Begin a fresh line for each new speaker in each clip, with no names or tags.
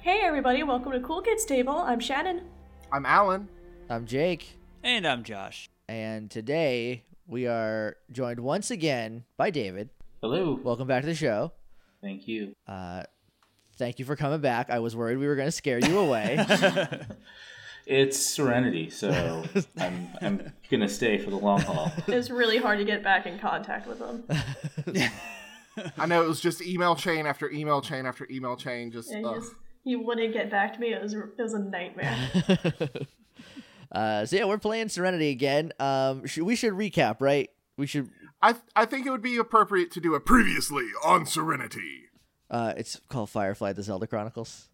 Hey everybody, welcome to Cool Kids Table. I'm Shannon.
I'm Alan.
I'm Jake,
And I'm Josh.
and today we are joined once again by David.
Hello.
Welcome back to the show.
Thank you.
Uh, thank you for coming back. I was worried we were going to scare you away.
It's Serenity, so I'm I'm gonna stay for the long haul.
It's really hard to get back in contact with them.
I know it was just email chain after email chain after email chain. Just, uh,
And
ugh.
he just he wouldn't get back to me. It was it was a nightmare.
uh, so yeah, we're playing Serenity again. Um, sh- we should recap, right? We should.
I I think it would be appropriate to do a previously on Serenity.
Uh, it's called Firefly: The Zelda Chronicles.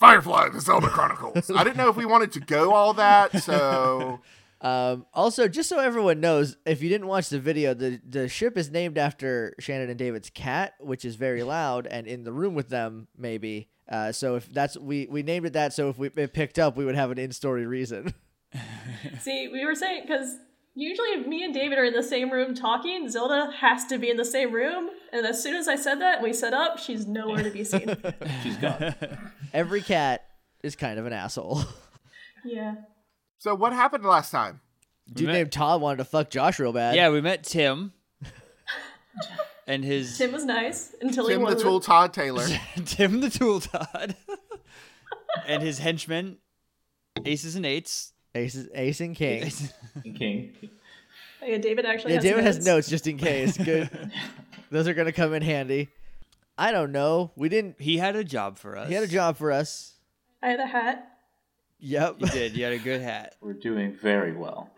Firefly, the Zelda Chronicles. I didn't know if we wanted to go all that, so
Um, also, just so everyone knows, if you didn't watch the video, the the ship is named after Shannon and David's cat, which is very loud and in the room with them, maybe. Uh, so if that's we we named it that, so if we it picked up, we would have an in story reason.
See, we were saying because usually if me and David are in the same room talking. Zelda has to be in the same room, and as soon as I said that, and we set up. She's nowhere to be seen.
She's gone.
Every cat is kind of an asshole.
yeah.
so what happened last time?
Dude
met-
named Todd wanted to fuck Josh real bad.
Yeah, we met Tim and his
Tim was nice until he
Tim the
wanted
Tool Todd Taylor.
Tim the Tool Todd and his henchmen, aces and eights.
Ace, Ace and King.
King.
Yeah, David actually.
Yeah,
has
David
notes.
has notes just in case. Good. Those are gonna come in handy. I don't know. We didn't.
He had a job for us.
He had a job for us.
I had a hat.
Yep.
He did. You had a good hat.
We're doing very well.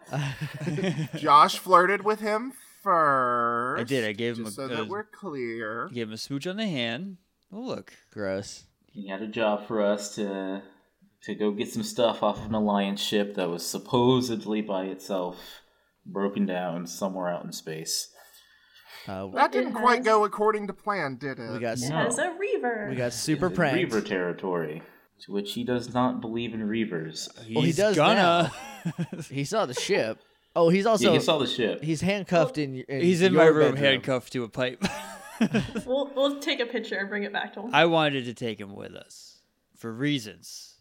Josh flirted with him first.
I did. I gave him
just so
a-
that
a-
we're clear.
Gave him a smooch on the hand. Oh look.
Gross.
He had a job for us to to go get some stuff off of an alliance ship that was supposedly by itself broken down somewhere out in space.
Uh,
That
It
didn't quite
has-
go according to plan, did it?
we got
It
s-
No.
has a reaver.
we got super
In
pranked.
Reaver territory, to which he does not believe in reavers.
He's
Well, he does
gonna.
He saw the ship. Oh, he's also
yeah, he saw the ship.
he's handcuffed in, in
He's in
your
my room,
bedroom.
handcuffed to a pipe.
We'll we'll take a picture and bring it back to him.
I wanted to take him with us for reasons.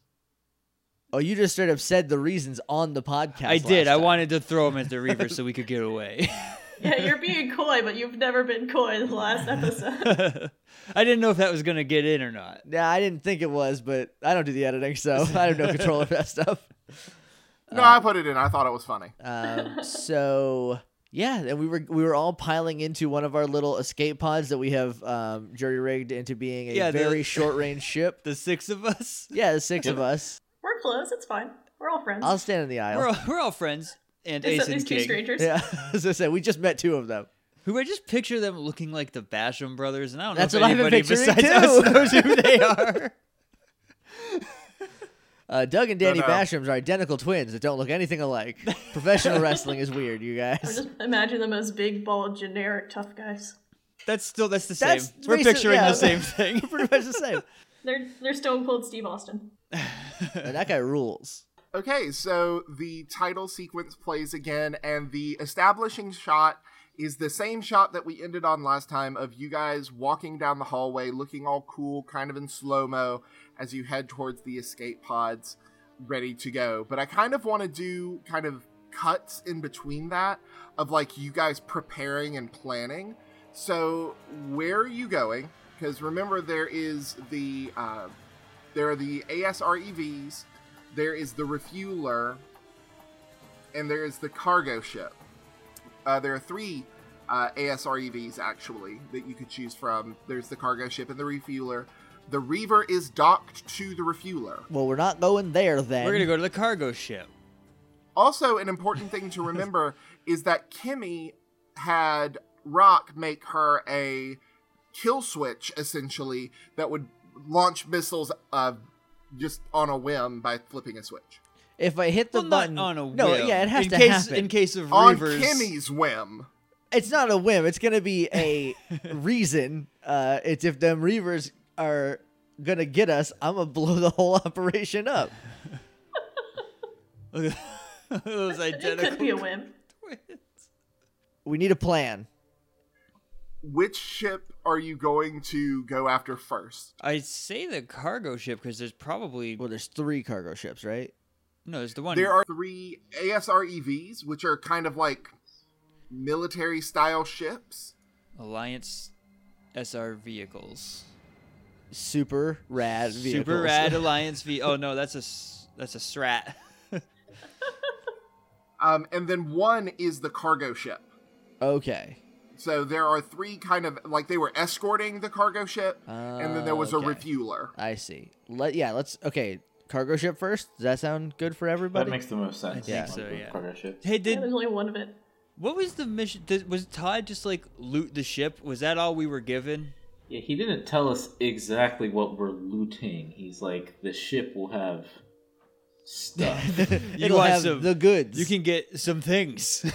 Oh, you just straight up said the reasons on the podcast.
I did.
last
I
time.
wanted to throw him at the reaver so we could get away.
Yeah, you're being coy, but you've never been coy in the last episode.
I didn't know if that was gonna get in or not.
Nah, I didn't think it was, but I don't do the editing, so I have no control over that stuff.
no,
uh,
I put it in. I thought it was funny.
Um, so yeah, and we were we were all piling into one of our little escape pods that we have um, jury rigged into being a
Yeah, the-
very short range ship.
The six of us.
Yeah, the six of us.
We're close. It's fine. We're all friends.
I'll stand in the aisle.
We're all, we're all friends. And Ace
Except
and
these two
King,
strangers.
yeah, as I said, we just met two of them.
who I just picture them looking like the Basham brothers, and I don't
That's
know
what
if
I've been
anybody
picturing,
besides
too.
us knows who they are.
Uh, Doug and Danny
no.
Bashams are identical twins that don't look anything alike. Professional wrestling is weird, you
Or
guys.
just imagine them as big, bald, generic tough guys.
That's still that's the same.
That's
We're
recent-
picturing
yeah.
the same thing.
Pretty much the same.
They're they're Stone Cold Steve Austin.
And that guy rules.
Okay, so the title sequence plays again, and the establishing shot is the same shot that we ended on last time of you guys walking down the hallway, looking all cool, kind of in slow mo, as you head towards the escape pods, ready to go. But I kind of want to do kind of cuts in between that of like you guys preparing and planning. So, where are you going? Because remember, there is the uh, there are the E ASREVs there is the refueler, and there is the cargo ship. Uh, there are three uh, ASREVs actually that you could choose from. There's the cargo ship and the refueler. The Reaver is docked to the refueler.
Well, we're not going there then.
We're gonna go to the cargo ship.
Also, an important thing to remember is that Kimmy had Rock make her a kill switch, essentially, that would launch missiles uh, just on a whim by flipping a switch.
If I hit the
well,
button,
not on a
no,
whim.
yeah, it has
in
to
case,
happen.
In case of
On
reavers,
Kimmy's whim.
it's not a whim. It's gonna be a reason. Uh, it's if them reavers are gonna get us, I'm gonna blow the whole operation up.
Look at those
It could
identical
be a whim.
twins.
We need a plan.
Which ship are you going to go after first?
I'd say the cargo ship because there's probably
Well, there's three cargo ships, right?
no. There's the one.
There are three ASREVs, E which are kind of like military style ships.
Alliance SR vehicles.
Super rad vehicles.
Super rad Alliance V. Oh no, that's a s- that's a strat.
Um, and then one is the cargo ship.
okay.
So there are three kind of like they were escorting the cargo ship, and then there was
Okay.
a refueler.
I see. Let yeah, let's okay. Cargo ship first. Does that sound good for
That
everybody?
makes the most sense.
think
Like
so,
the
yeah.
cargo ship.
Hey,
Yeah, there's
did
only one of it.
what was the mission? Did, was Todd just like loot the ship? Was that all we were given?
Yeah, he didn't tell us exactly what we're looting. He's like, the ship will have stuff.
You
It'll
want
have
some-
the goods.
You can get some things.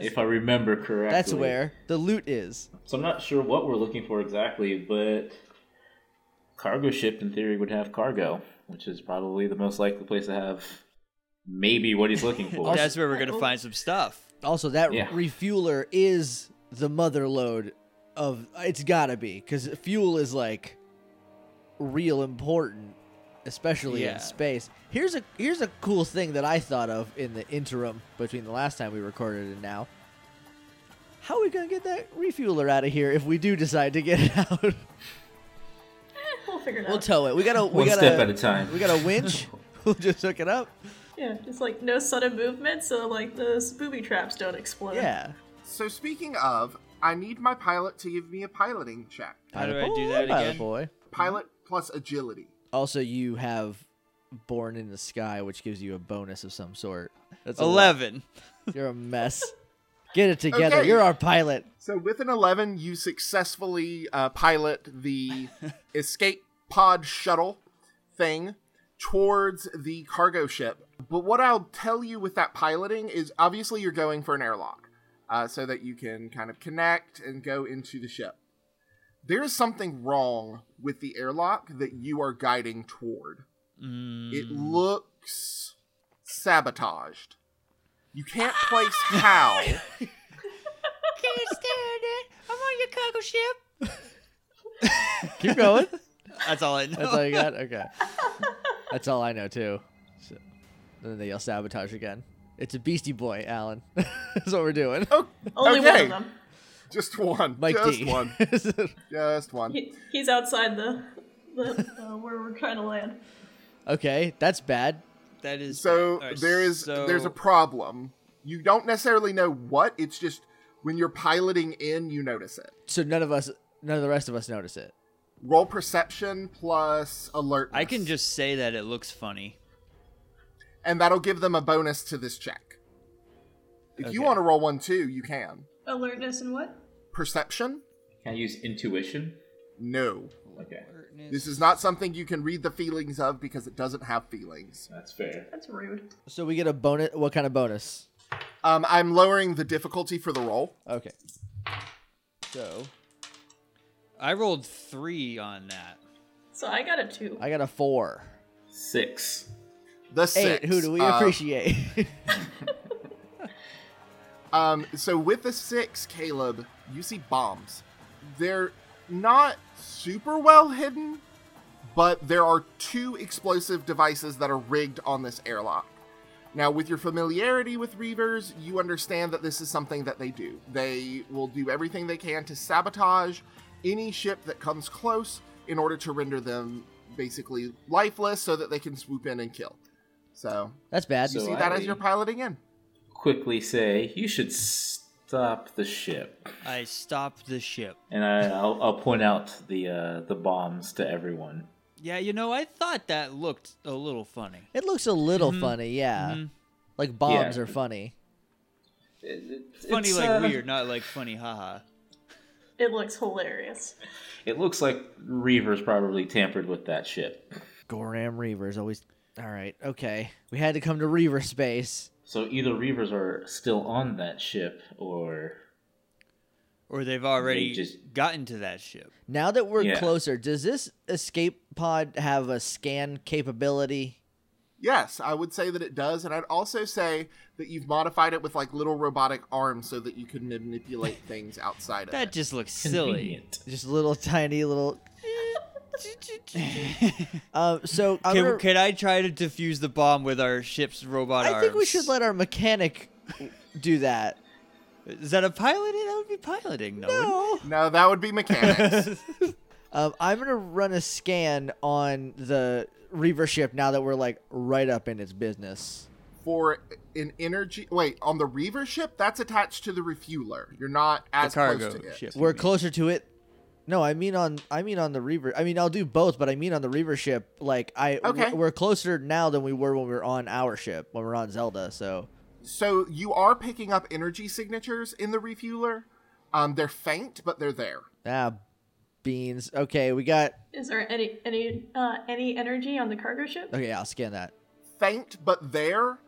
if I remember correctly.
That's where the loot is.
So I'm not sure what we're looking for exactly, but cargo ship in theory would have cargo, which is probably the most likely place to have maybe what he's looking for.
that's where we're gonna find some stuff.
Also, that
Yeah.
refueler is the mother load of. It's gotta be because fuel is like real important, especially
Yeah.
in space. Here's a here's a cool thing that I thought of in the interim between the last time we recorded and now. How are we gonna get that refueler out of here if we do decide to get it out?
Eh, we'll figure it
we'll
out.
tow it. We gotta. We
One
gotta,
step at a time.
We got a winch. we'll just hook it up.
yeah, it's like no sudden movement, so like those booby traps don't explode.
Yeah.
So speaking of, I need my pilot to give me a piloting check.
How do
Atta
I do
boy,
that
atta
again?
Boy.
Pilot plus agility.
Also, you have Born in the Sky, which gives you a bonus of some sort. That's a lot.
Eleven.
You're a mess. Get it together.
Okay.
You're our pilot.
So with an 11, you successfully uh, pilot the escape pod shuttle thing towards the cargo ship. But what I'll tell you with that piloting is obviously you're going for an airlock uh, so that you can kind of connect and go into the ship. There is something wrong with the airlock that you are guiding toward.
Mm.
It looks sabotaged. You can't place how.
I'm on your cargo ship.
Keep going.
That's all I know.
That's all you got. Okay. That's all I know too. So, then they yell sabotage again. It's a Beastie Boy, Alan. That's what we're doing.
Only one
Okay.
of them.
Just one.
Mike
Oh, just
D.
one. Just one.
He, he's outside the, the uh, where we're trying to land.
okay, that's bad.
that is
So
all right,
there is
so-
there's a problem. You don't necessarily know what. It's just when you're piloting in, you notice it.
So none of us, none of the rest of us notice it.
Roll perception plus alert.
I can just say that it looks funny.
and that'll give them a bonus to this check. If you
Okay.
want to roll one too, you can.
Alertness and what?
Perception?
Can I use intuition?
No.
Okay,
This is not something you can read the feelings of because it doesn't have feelings.
that's fair.
That's rude.
So we get a bonus. What kind of bonus?
Um, I'm lowering the difficulty for the roll.
Okay. So
I rolled three on that.
So I got a two.
I got a four.
Six.
The six.
Eight. Who do we
Um,
uh,
appreciate?
Um, so with the six, Caleb, you see bombs. They're not super well hidden, but there are two explosive devices that are rigged on this airlock. Now, with your familiarity with Reavers, you understand that this is something that they do. They will do everything they can to sabotage any ship that comes close in order to render them basically lifeless so that they can swoop in and kill. So,
That's bad.
So
see that
I-
as you're piloting in.
Quickly say, you should stop the ship.
I stopped the ship.
And I, I'll, I'll point out the uh, the bombs to everyone.
Yeah, you know, I thought that looked a little funny.
It looks a little funny, yeah. Like bombs
Yeah.
are funny.
It- it-
Funny
it's,
like
uh,
weird, not like funny haha.
It looks hilarious.
It looks like Reavers probably tampered with that ship.
Goram Reavers always. All right, okay. We had to come to Reaver space.
So either Reavers are still on that ship, or
Or they've already
They just-
gotten to that ship.
Now that we're
Yeah.
closer, does this escape pod have a scan capability?
Yes, I would say that it does, and I'd also say that you've modified it with like little robotic arms so that you can manipulate things outside of
That
it.
just looks silly.
Convenient.
Just little tiny little. Um, so I'm
Can,
gonna-
can I try to defuse the bomb with our ship's robot
I think we
arms?
should let our mechanic do that.
Is that a piloting? That would be piloting, no?
No.
No, that would be mechanics.
Um, I'm gonna run a scan on the Reaver ship now that we're like right up in its business.
For an energy, wait, on the Reaver ship, that's attached to the refueler. You're not as
cargo
close to it.
ship.
We're closer to it. No, I mean on I mean on the Reaver. I mean I'll do both, but I mean on the Reaver ship. Like I,
Okay.
we're- we're closer now than we were when we were on our ship when we we're on Zelda. So
So you are picking up energy signatures in the refueler. Um, they're faint, but they're there.
ah, beans. Okay, we got.
Is there any any uh, any energy on the cargo ship?
Okay, I'll scan that.
Faint, but there,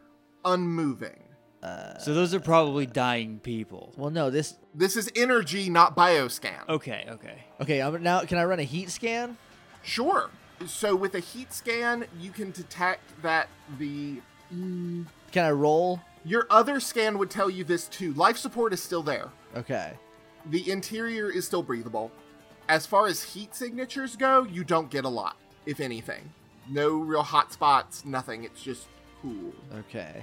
unmoving.
Uh, So those are probably dying people.
Well, no, this.
This is energy, not bioscan.
Okay, okay.
Okay, I'm now. Can I run a heat scan?
Sure. So with a heat scan, you can detect that the
Can I roll?
your other scan would tell you this too. Life support is still there.
Okay.
The interior is still breathable. As far as heat signatures go, you don't get a lot, if anything. No real hot spots, nothing. It's just cool.
Okay.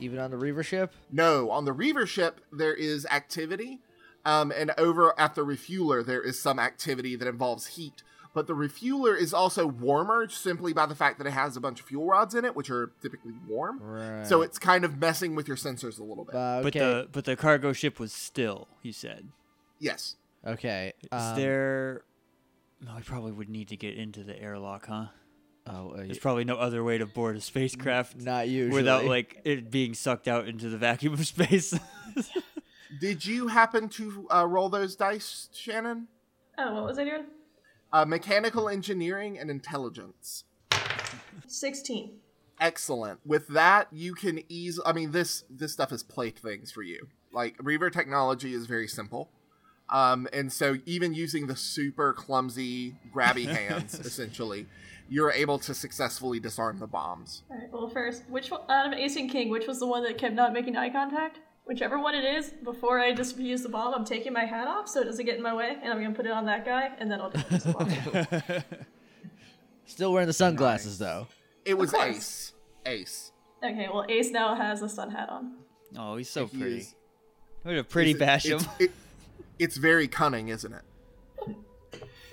Even on the Reaver ship?
No, on the Reaver ship, there is activity. Um, and over at the refueler, there is some activity that involves heat. But the refueler is also warmer simply by the fact that it has a bunch of fuel rods in it, which are typically warm.
Right.
So it's kind of messing with your sensors a little bit.
Uh, okay.
But the but the cargo ship was still, you said.
yes.
okay.
Is
um,
there No, we probably would need to get into the airlock, huh?
Oh, uh,
There's probably no other way to board a spacecraft
not usually.
without like it being sucked out into the vacuum of space.
Did you happen to uh, roll those dice, Shannon?
Oh, what was I doing?
Uh, mechanical engineering and intelligence.
Sixteen.
excellent with that you can ease i mean this this stuff is plate things for you like reaver technology is very simple um, and so even using the super clumsy grabby hands essentially you're able to successfully disarm the bombs
All right. Well, first, which one out of Ace and King, which was the one that kept not making eye contact? Whichever one it is, before I just use the bomb, I'm taking my hat off so it doesn't get in my way, and I'm gonna put it on that guy, and then I'll defuse the bomb.
Still wearing the sunglasses, though.
it was
course.
ace ace
okay. Well, Ace now has the sun hat on.
oh, he's so
He
pretty.
is-
What a pretty bash him.
it's, it- it's very cunning isn't it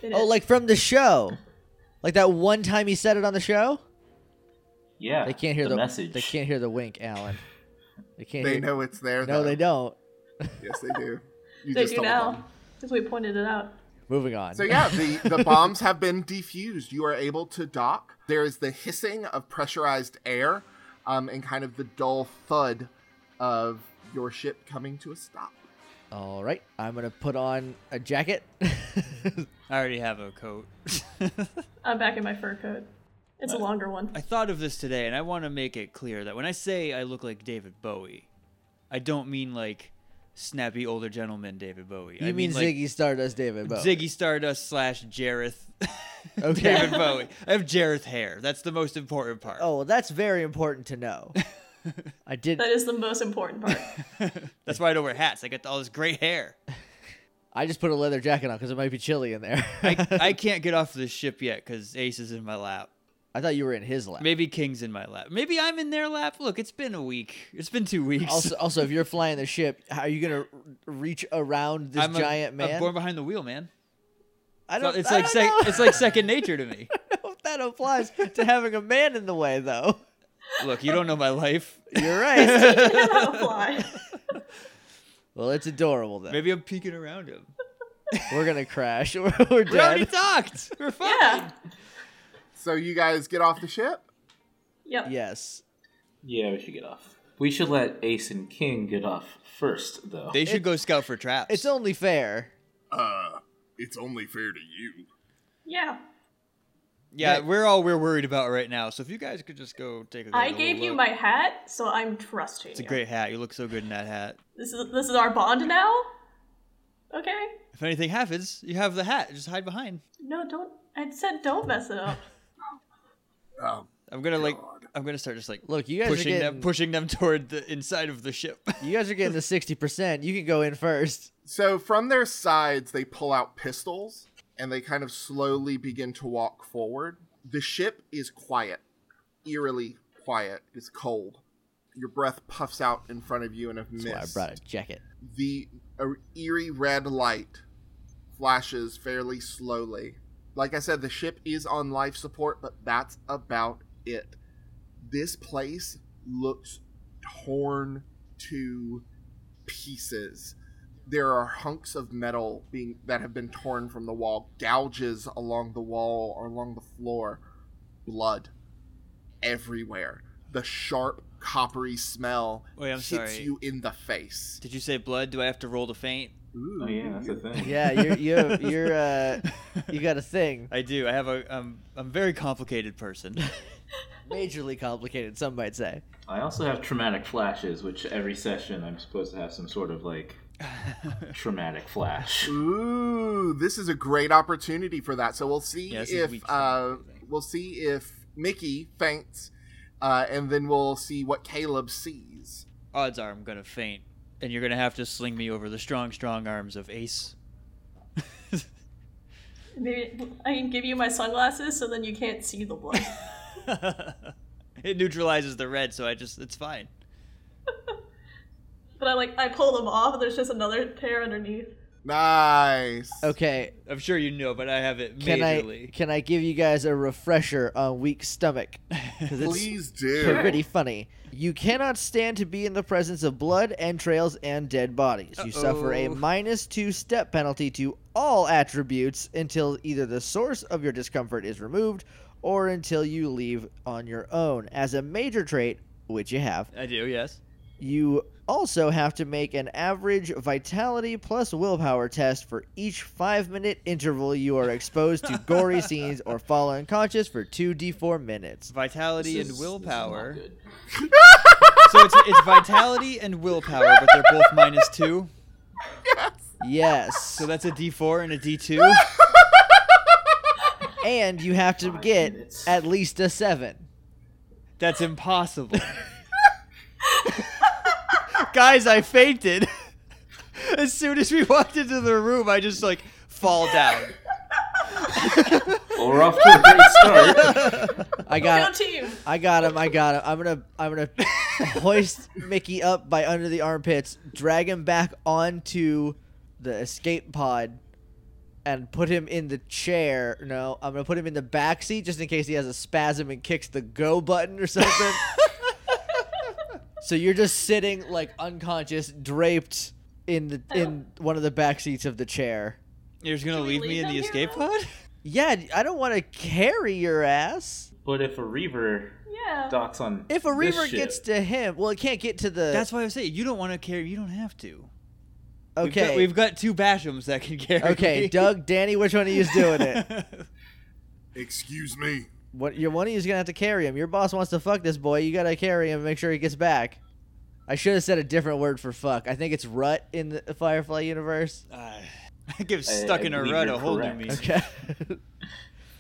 It
Oh,
is-
like from the show. Like that one time he said it on the show?
Yeah,
They can't hear the,
the, message.
They can't hear the wink, Alan. They can't
they
hear
know it's there
No,
though.
they don't.
yes they do you
they
just
do
told them.
now because we pointed it out.
Moving on.
So yeah, the, the bombs have been defused. You are able to dock. There is the hissing of pressurized air, um, and kind of the dull thud of your ship coming to a stop.
All right. I'm going to put on a jacket.
I already have a coat.
I'm back in my fur coat. It's a longer one.
I thought of this today, and I want to make it clear that when I say I look like David Bowie, I don't mean like snappy older gentleman David Bowie.
you
I
mean,
like,
Ziggy Stardust David Bowie.
Ziggy Stardust slash Jareth David
Okay.
Bowie. I have Jareth hair. That's the most important part.
oh, well, that's very important to know. I did
That is the most important part.
That's why I don't wear hats. I got all this gray hair.
I just put a leather jacket on because it might be chilly in there.
I, I can't get off this ship yet because Ace is in my lap.
I thought you were in his lap.
Maybe King's in my lap. Maybe I'm in their lap. Look, it's been a week. It's been two weeks.
Also, also, if you're flying the ship, how are you gonna r- reach around this
I'm a-
giant man?
I'm born behind the wheel, man.
I
So
don't.
it's
I don't
like sec-
know.
it's like second nature to me.
if that applies to having a man in the way, though.
Look, you don't know my life.
You're right.
And I'll fly.
well, it's adorable though.
Maybe I'm peeking around him.
We're gonna crash. We're, we're
We already
dead.
talked. We're fine.
Yeah.
So you guys get off the ship.
Yep.
yes.
Yeah, we should get off. We should let Ace and King get off first, though.
They should go scout for traps.
It's only fair.
Uh, it's only fair to you.
Yeah.
yeah,
Right.
we're all we're worried about right now. So if you guys could just go take a
I
little
gave you
look.
my hat, so I'm trusting
It's a
you.
great hat. You look so good in that hat.
This is this is our bond now. Okay.
If anything happens, you have the hat. Just hide behind.
No, don't. I said don't mess it up.
Oh,
I'm gonna like I'm gonna start just like
Look, you guys are
pushing
getting-
them, pushing them toward the inside of the ship.
You guys are getting the sixty percent. You can go in first.
So from their sides, they pull out pistols and they kind of slowly begin to walk forward. The ship is quiet, eerily quiet. It's cold. Your breath puffs out in front of you in a
That's why I
mist.
brought a jacket.
The uh, eerie red light flashes fairly slowly. Like I said, the ship is on life support, but that's about it. This place looks torn to pieces. There are hunks of metal being that have been torn from the wall, gouges along the wall or along the floor, blood everywhere. The sharp coppery smell
Wait, I'm
hits
sorry.
you in the face.
Did you say blood? Do I have to roll to faint?
Ooh.
Oh yeah, that's a thing.
Yeah, you're you're, you're uh, you got a thing.
I do. I have a. I'm. I'm a very complicated person.
Majorly complicated, some might say.
I also have traumatic flashes, which every session I'm supposed to have some sort of like traumatic flash.
Ooh, this is a great opportunity for that. So we'll see
Yeah, this is
if
week
uh,
seven, I think.
we'll see if Mickey faints, uh, and then we'll see what Caleb sees.
Odds are I'm gonna faint, and you're gonna have to sling me over the strong, strong arms of Ace.
Maybe I can give you my sunglasses so then you can't see the blood.
it neutralizes the red, so I just. It's fine.
but I like I pull them off and there's just another pair underneath.
Nice.
Okay,
I'm sure you know, but I have it
can I
majorly.
can I give you guys a refresher on weak stomach? 'Cause it's
Please do.
pretty funny. You cannot stand to be in the presence of blood, entrails, and dead bodies. You suffer a
Uh-oh.
minus two step penalty to all attributes until either the source of your discomfort is removed or until you leave on your own. As a major trait, which you have,
I do. Yes.
you also have to make an average vitality plus willpower test for each five minute interval you are exposed to gory scenes or fall unconscious for 2d4 minutes.
Vitality
This
and
is- this is not
willpower.
good.
So it's, it's vitality and willpower, but they're both minus two.
Yes.
So that's a D4 and a D2.
and you have to
Five
get
minutes.
at least a seven.
That's impossible.
Guys, I
fainted. As soon as we walked into the room, I just like fall down.
Well, we're off to a great start.
I
Go
got
team!
I got him. I got him. I'm gonna I'm gonna hoist Mickey up by under the armpits, drag him back onto the escape pod, and put him in the chair. No, I'm gonna put him in the back seat just in case he has a spasm and kicks the go button or something. so you're just sitting like unconscious, draped in the in one of the back seats of the chair.
You're just gonna
Should we
leave me
leave
in
them
the
here?
escape pod?
Yeah, I don't want to carry your ass.
But if a reaver
Yeah.
docks on
If a
this
reaver
ship-
gets to him, well, it can't get to the.
That's why I was saying you don't want to carry. You don't have to. We've got-
okay.
We've got, two Bashams that can carry.
okay,
me.
Doug, Danny, which one of you's doing it?
Excuse me.
What your one of you's gonna have to carry him. Your boss wants to fuck this boy. You gotta carry him. and Make sure he gets back. I should have said a different word for fuck. I think it's rut in the Firefly universe.
Ah, I give
I-
stuck
I
in a
believe
rut
you're
a whole new
correct.
meaning.
Okay.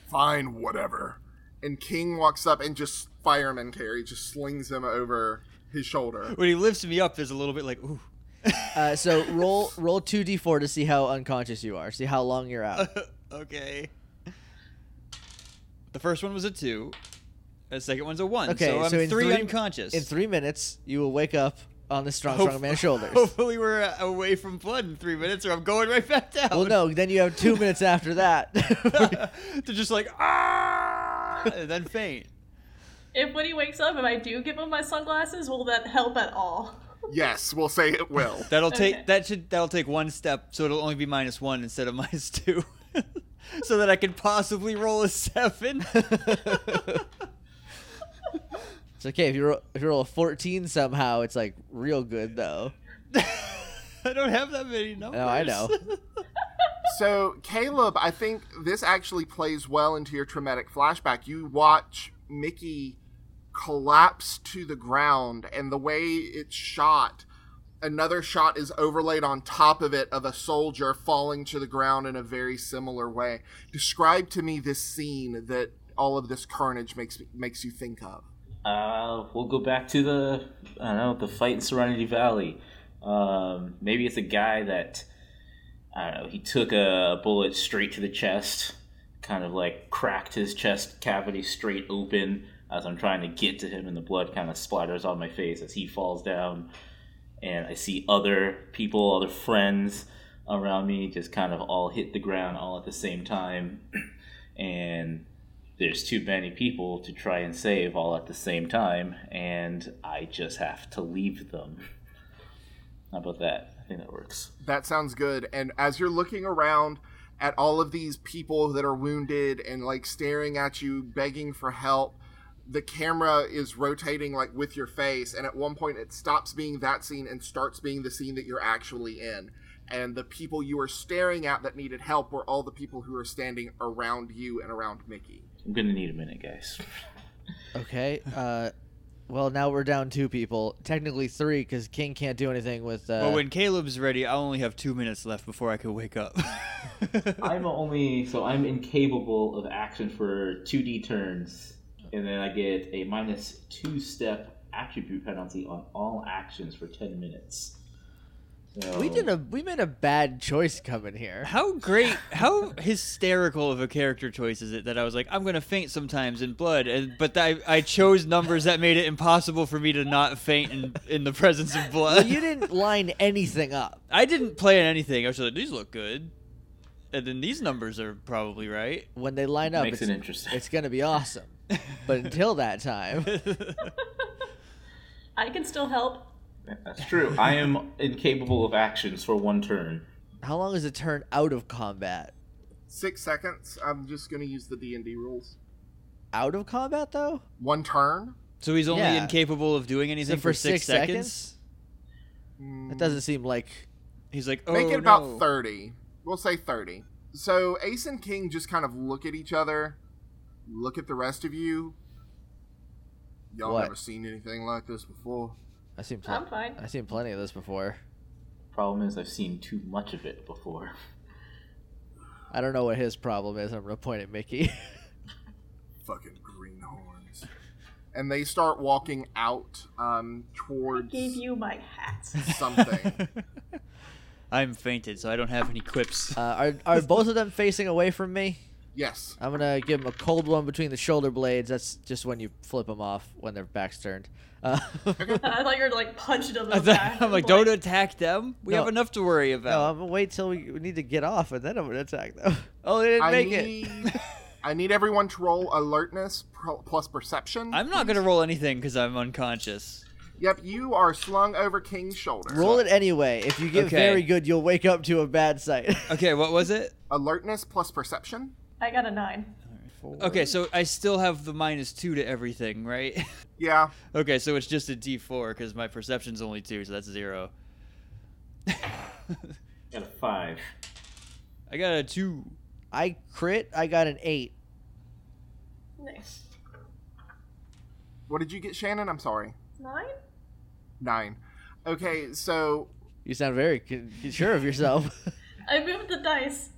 Fine, whatever. And King walks up and just fireman carry just slings him over his shoulder.
When he lifts me up, there's a little bit like ooh.
uh, so roll roll two d four to see how unconscious you are. See how long you're out.
okay. The first one was a two. The second one's a one.
Okay,
so I'm
so in
three,
three-
unconscious.
In three minutes, you will wake up on the strong
Hope-
strong man's shoulders.
Hopefully, we're uh, away from blood in three minutes, or I'm going right back down.
Well, no, then you have two minutes after that.
to just like ah, and then faint.
If when he wakes up, if I do give him my sunglasses, will that help at all?
Yes, we'll say it will.
That'll take
Okay.
that should that'll take one step, so it'll only be minus one instead of minus two, so that I can possibly roll a seven.
it's okay if you roll, if you roll a fourteen somehow. It's like real good though. Oh,
I don't have that many numbers.
I know.
So, Caleb, I think this actually plays well into your traumatic flashback. You watch Mickey collapse to the ground, and the way it's shot, another shot is overlaid on top of it of a soldier falling to the ground in a very similar way. Describe to me this scene that all of this carnage makes makes you think of.
Uh, we'll go back to the I don't know the fight in Serenity Valley. Um, maybe it's a guy that I don't know. He took a bullet straight to the chest, kind of like cracked his chest cavity straight open. As I'm trying to get to him, and the blood kind of splatters on my face as he falls down. And I see other people, other friends around me, just kind of all hit the ground all at the same time. And there's too many people to try and save all at the same time, and I just have to leave them. How about that? I think that works.
That sounds good. And as you're looking around at all of these people that are wounded and like staring at you, begging for help, the camera is rotating like with your face. And at one point, it stops being that scene and starts being the scene that you're actually in. And the people you were staring at that needed help were all the people who are standing around you and around Mickey.
I'm gonna need a minute, guys.
Okay. Uh, well, now we're down two people. Technically three, because King can't do anything with. Uh,
but when Caleb's ready, I only have two minutes left before I can wake up.
I'm only so I'm incapable of action for two D turns, and then I get a minus two step attribute penalty on all actions for ten minutes. So,
we did a we made a bad choice coming here.
how great, how hysterical of a character choice is it that I was like, I'm gonna faint sometimes in blood, and but I I chose numbers that made it impossible for me to not faint in in the presence of blood.
you didn't line anything up.
I didn't play in anything. I was just like, these look good, and then these numbers are probably right.
When they line up,
makes
it's,
it interesting.
it's gonna be awesome. But until that time,
I can still help.
That's true. I am incapable of actions for one turn.
how long is a turn out of combat?
Six seconds. I'm just going to use the D and D rules.
Out of combat though?
One turn.
So he's only
Yeah.
incapable of doing anything
for
for six,
six
seconds?
seconds? That doesn't seem like
He's like, oh
Make it
no.
about 30. We'll say 30. So Ace and King just kind of look at each other, look at the rest of you. Y'all
What?
never seen anything like this before.
I seen.
I'm fine.
I seen plenty of this before.
Problem is, I've seen too much of it before.
I don't know what his problem is. I'm gonna point at Mickey.
Fucking greenhorns. And they start walking out um, towards
Gave you my hat.
something.
I'm fainted, so I don't have any quips.
Uh, are are both of them facing away from me?
yes.
I'm gonna give him a cold one between the shoulder blades. That's just when you flip them off when their backs turned. Uh, no,
I thought you were like punched him in
I
the back.
am like, don't attack them. We
No.
have enough to worry about.
I'm gonna wait till we, we need to get off, and then I'm gonna attack them. Oh, they didn't
I
make it.
need, I need everyone to roll alertness pro- plus perception.
I'm not gonna roll anything because I'm unconscious.
Yep, you are slung over King's shoulder.
Roll it anyway. If you get
Okay.
very good, you'll wake up to a bad sight.
Okay, what was it?
Alertness plus perception.
I got a nine.
Okay, so I still have the minus two to everything, right?
Yeah.
okay, so it's just a D4 because my perception's only two, so that's zero.
Got a five.
I got a two.
I crit. I got an eight.
Nice.
What did you get, Shannon? I'm sorry.
Nine?
Nine. Okay, so
You sound very con- sure of yourself.
I moved the dice.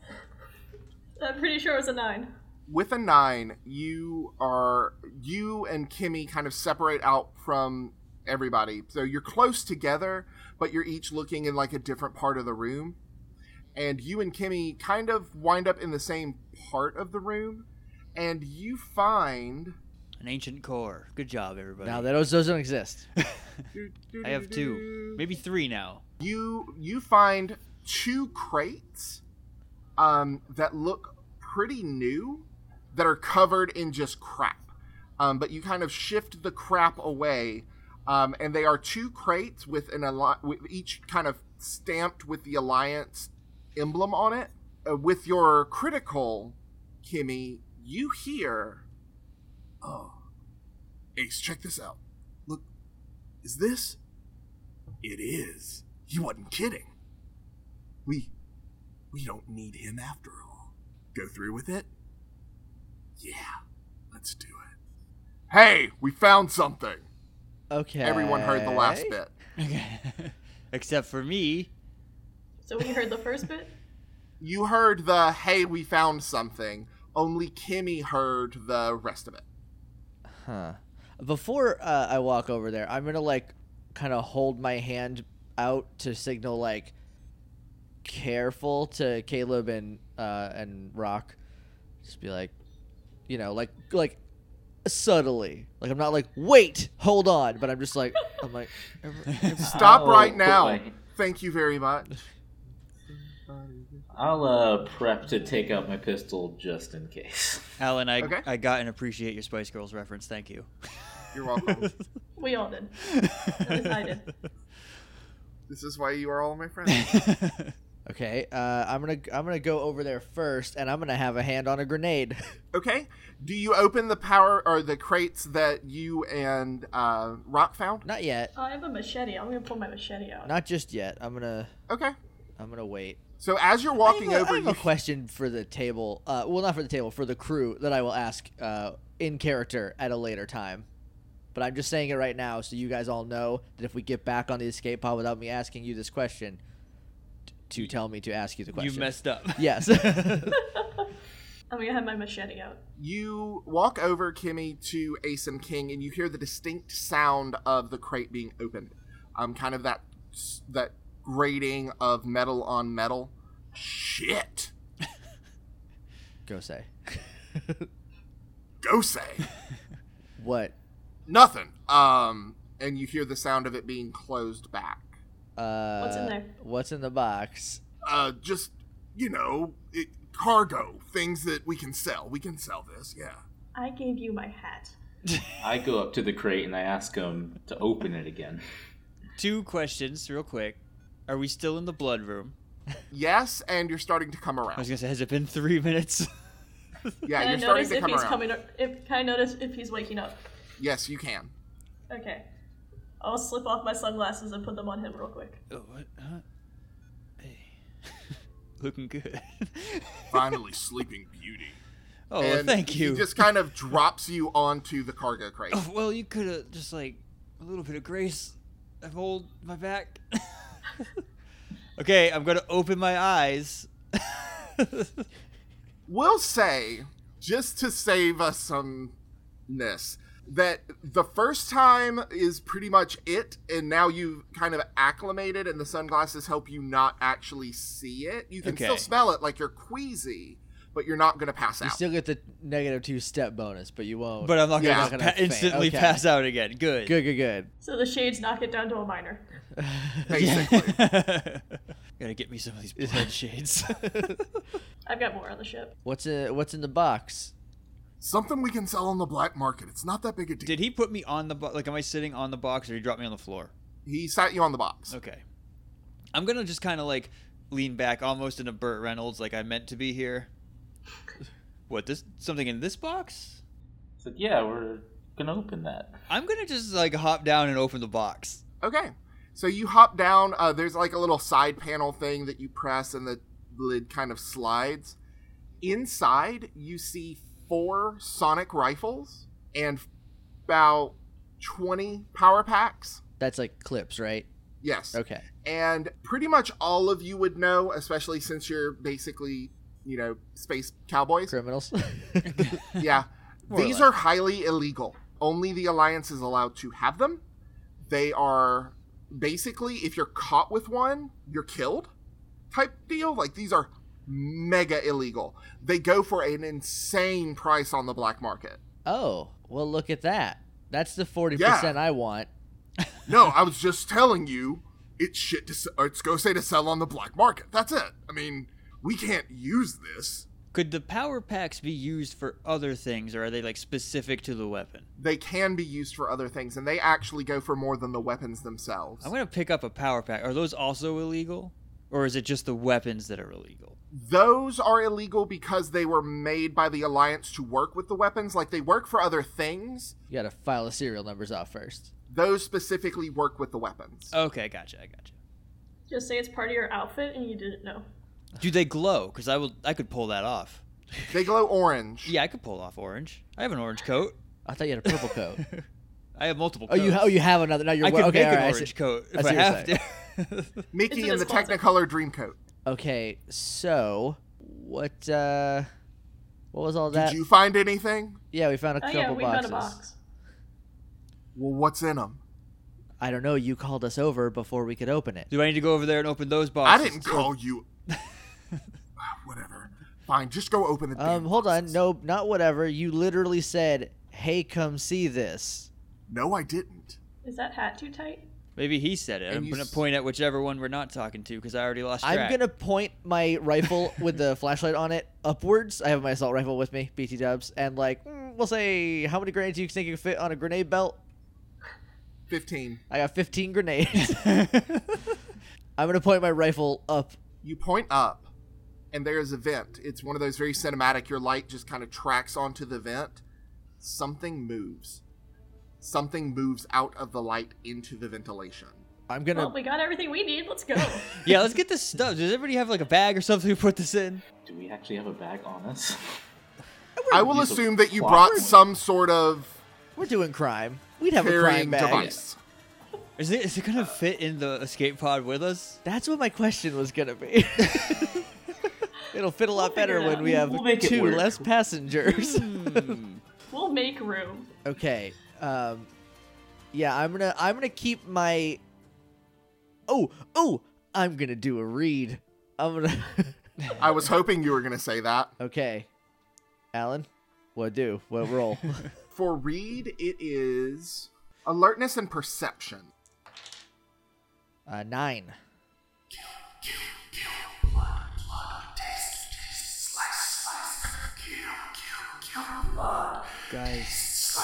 I'm pretty sure it was a nine.
with a nine, you are you and Kimmy kind of separate out from everybody. So you're close together, but you're each looking in like a different part of the room. And you and Kimmy kind of wind up in the same part of the room, and you find
An ancient core. Good job, everybody.
now that those, those don't exist.
I have two. Maybe three now.
you you find two crates um, that look pretty new that are covered in just crap um, but you kind of shift the crap away um, and they are two crates with an alli- with each kind of stamped with the alliance emblem on it uh, with your critical kimmy you hear oh ace check this out look is this it is. He wasn't kidding. We we don't need him after all. Go through with it? Yeah, let's do it. Hey, we found something.
Okay.
Everyone heard the last bit.
Except for me.
So we heard the first bit?
You heard the hey, we found something. Only Kimmy heard the rest of it.
Huh. Before uh, I walk over there, I'm gonna like kind of hold my hand out to signal like careful to Caleb and uh, and Rock. Just be like, you know, like like subtly. Like I'm not like wait, hold on, but I'm just like I'm like
Stop
I'll
right
put
now.
my-
Thank you very much.
I'll uh, prep to take out my pistol just in case.
Alan, I,
Okay.
I got and appreciate your Spice Girls reference. Thank you.
You're welcome.
We all did. I did.
this is why you are all my friends.
okay. Uh, I'm gonna I'm gonna go over there first, and I'm gonna have a hand on a grenade.
Okay. Do you open the power or the crates that you and uh, Rock found?
not yet.
Oh, I have a machete. I'm gonna pull my machete out.
Not just yet. I'm gonna
Okay.
I'm gonna wait.
So as you're
I have
walking
a-
over,
I have
you
a question for the table. Uh, well, not for the table, for the crew that I will ask uh, in character at a later time. But I'm just saying it right now so you guys all know that if we get back on the escape pod without me asking you this question, t- to tell me to ask you the
you
question.
messed up.
Yes.
I'm gonna have my machete out.
you walk over Kimmy to Ace and King, and you hear the distinct sound of the crate being opened. Um, kind of that that grating of metal on metal. Shit.
go say.
Go say.
What?
Nothing. Um, and you hear the sound of it being closed back.
Uh,
What's in there?
What's in the box?
Uh, just you know, it, cargo things that we can sell. We can sell this. Yeah.
I gave you my hat.
I go up to the crate and I ask him to open it again.
Two questions, real quick. Are we still in the blood room?
Yes, and you're starting to come
I was
around.
gonna say, has it been three minutes?
Yeah,
Can I
you're starting
notice
to
if
come
he's
around.
coming? o- If can I notice if he's waking up?
Yes, you can.
Okay. I'll slip off my sunglasses and put them on him real quick.
oh, what? Huh? Hey, looking good.
Finally, Sleeping Beauty.
oh, well,
And
thank
He
you.
just kind of drops you onto the cargo crate.
Oh, well, you could have just like a little bit of grace. I've old my back. okay, I'm gonna open my eyes.
We'll say, just to save us some ness, that the first time is pretty much it, and now you've kind of acclimated, and the sunglasses help you not actually see it. You can still
Okay.
smell it, like you're queasy, but you're not going to pass
You
out.
still get the negative two step bonus, but you won't.
but uh, I'm not gonna,
Yeah.
Not
just
gonna
pa-
faint.
instantly
Okay.
pass out again. Good.
good, good, good.
So the shades knock it down to a minor.
basically.
Gotta get me some of these blood shades.
I've got more on the ship.
What's in, What's in the box?
Something we can sell on the black market. It's not that big a deal.
Did he put me on the box? Like, am I sitting on the box or he dropped me on the floor?
he sat you on the box.
Okay. I'm gonna just kind of like lean back, almost in a Burt Reynolds, like I meant to be here. What this? Something in this box?
It's like, yeah, we're gonna open that.
I'm gonna just like hop down and open the box.
Okay. So you hop down. Uh, there's like a little side panel thing that you press, and the lid kind of slides. Inside, you see four sonic rifles and about 20 power packs.
That's like clips, right?
Yes.
Okay.
And pretty much all of you would know, especially since you're basically, you know, space cowboys.
Criminals.
yeah.
More or
These
less.
are highly illegal. Only the Alliance is allowed to have them. They are basically, if you're caught with one, you're killed type deal. Like, these are mega illegal. They go for an insane price on the black market.
Oh, well, look at that. That's the 40%
Yeah.
I want.
No, I was just telling you, it's shit to sell. It's go say to sell on the black market. That's it. I mean, we can't use this.
Could the power packs be used for other things, or are they like specific to the weapon?
They can be used for other things, and they actually go for more than the weapons themselves.
I'm gonna pick up a power pack. Are those also illegal, or is it just the weapons that are illegal?
those are illegal because they were made by the alliance to work with the weapons like they work for other things
You got to file the serial numbers off first.
those specifically work with the weapons
Okay, gotcha. I gotcha.
Just say it's part of your outfit and you didn't know.
Do they glow? Because I will. I could pull that off.
they glow orange
Yeah, I could pull off orange. I have an orange coat.
I thought you had a purple coat.
I have multiple.
oh,
Coats.
you oh you have another. No, you're
I
wa-
could
okay.
make
all
an
right, I see-
orange coat
I
if
see
I
what you're
have to.
It's
mickey
in
and
his
the
closet.
technicolor dream coat
Okay, so what uh what was all that?
did you find anything
Yeah, we found a
Oh
couple
yeah, we
boxes.
found a box.
Well, what's in them?
I don't know. You called us over before we could open it.
Do I need to go over there and open those
I
boxes?
didn't call you. Ah, Whatever. Fine, just go open the. damn
Um, hold on.
boxes.
No, not whatever. You literally said, "Hey, come see this."
No, I didn't.
Is that hat too tight?
Maybe he said it.
And
I'm
you
gonna
s-
point at whichever one we're not talking to because I already lost track.
I'm gonna point my rifle with the flashlight on it upwards. I have my assault rifle with me, BT Dubs, and like mm, we'll say, how many grenades do you think you can fit on a grenade belt?
Fifteen.
I got 15 grenades. I'm gonna point my rifle up.
You point up, and there is a vent. It's one of those very cinematic. Your light just kind of tracks onto the vent. Something moves. Something moves out of the light into the ventilation.
I'm gonna.
Well, we got everything we need. Let's go.
yeah, let's get this stuff. Does everybody have like a bag or something to put this in?
Do we actually have a bag on us?
I will
use a
assume that you
clock.
brought some sort of
we're doing crime. We'd have a crime
carrying
bag.
device.
Is it is it gonna fit in the escape pod with us?
That's what my question was gonna be. It'll fit a lot
figure
better
it
when
out.
we have
We'll make it
two
work.
less passengers.
we'll make room.
okay. Um, yeah, I'm gonna I'm gonna keep my. Oh oh! I'm gonna do a read. I'm gonna.
I was hoping you were going to say that.
okay, Alan, what do? What roll?
For Reed, it is alertness and perception.
uh, nine. Guys,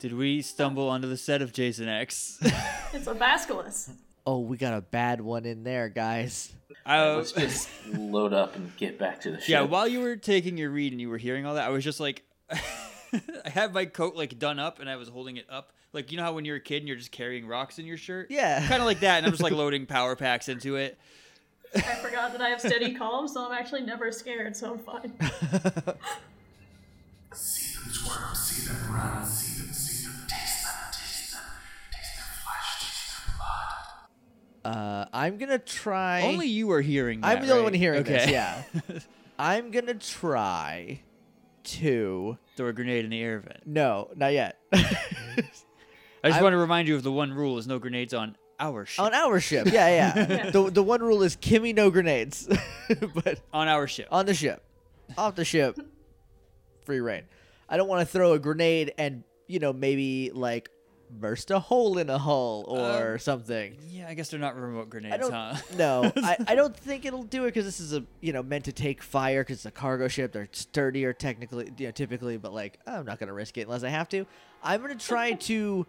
Did we stumble onto the set of Jason X?
It's a basculus.
oh, we got a bad one in there, guys.
I,
Let's just load up and get back to the ship.
yeah, while you were taking your read and you were hearing all that, I was just like, I had my coat like done up and I was holding it up, like you know how when you're a kid and you're just carrying rocks in your shirt.
Yeah.
kind of like that, and I'm just like loading power packs into it.
I forgot that I have steady calm, so I'm actually never scared, so I'm fine.
See them twirl, see them run, see them, see them, taste them, taste them, taste their flesh, taste their blood.
Uh, I'm gonna try.
Only you are hearing. That,
I'm the only
right?
one hearing
okay.
this. Yeah, I'm gonna try to.
Throw a grenade in the air vent.
No, not yet.
I just
I-
want to remind you of the one rule is no grenades on our ship.
On our ship, yeah, yeah. The the one rule is Kimmy no grenades, but
on our ship.
on the ship, off the ship, free reign. I don't want to throw a grenade and you know maybe like burst a hole in a hull or something.
yeah, I guess they're not remote grenades,
I don't
huh?
no. I, I don't think it'll do it because this is a you know meant to take fire because it's a cargo ship. They're sturdier technically, you know, typically, but like I'm not gonna risk it unless I have to. I'm gonna try to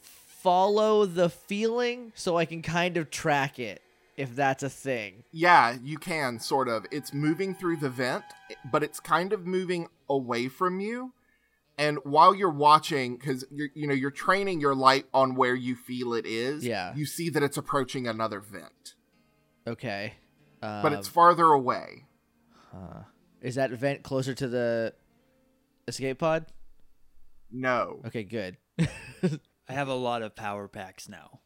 follow the feeling so I can kind of track it if that's a thing.
Yeah, you can, sort of. It's moving through the vent, but it's kind of moving away from you. And while you're watching, because you're you know you're training your light on where you feel it is.
Yeah.
You see that it's approaching another vent,
Okay, um,
but it's farther away.
is that vent closer to the escape pod?
No,
Okay, good.
I have a lot of power packs now.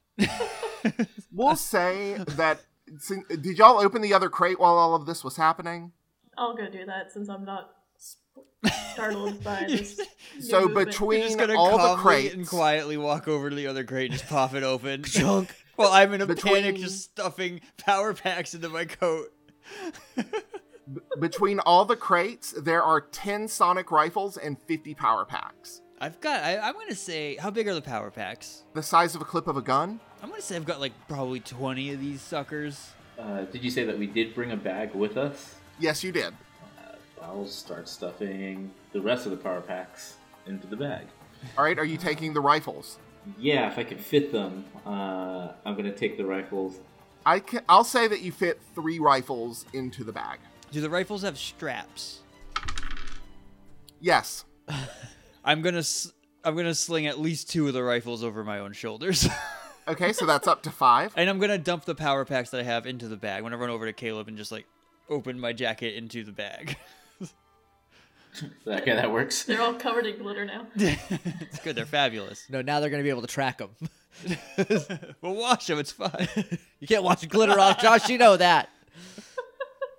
we'll say that. sin- Did y'all open the other crate while all of this was happening?
I'll go do that since I'm not sp- startled by this. new
So
movement.
You're
between
just gonna
all the
calmly
crates,
and quietly walk over to the other crate and just pop it open. Junk. While I'm in a panic,
Between-
just stuffing power packs into my coat.
between all the crates, there are ten sonic rifles and fifty power packs,
I've got. I, I'm gonna say, how big are the power packs?
the size of a clip of a gun.
I'm gonna say I've got like probably 20 of these suckers.
Uh, did you say that we did bring a bag with us?
Yes, you did.
I'll start stuffing the rest of the power packs into the bag.
All right, are you taking the rifles?
Yeah, if I can fit them, uh, I'm gonna take the rifles.
I can, I'll say that you fit three rifles into the bag.
Do the rifles have straps?
Yes.
I'm gonna. S- I'm gonna sling at least two of the rifles over my own shoulders.
Okay, so that's up to five.
And I'm gonna dump the power packs that I have into the bag. I'm gonna run over to Caleb and just like open my jacket into the bag.
Okay, that works.
They're all covered in glitter now.
It's good. They're fabulous.
No, now they're gonna be able to track them.
We'll wash them. It's fine.
You can't watch glitter off, Josh. You know that.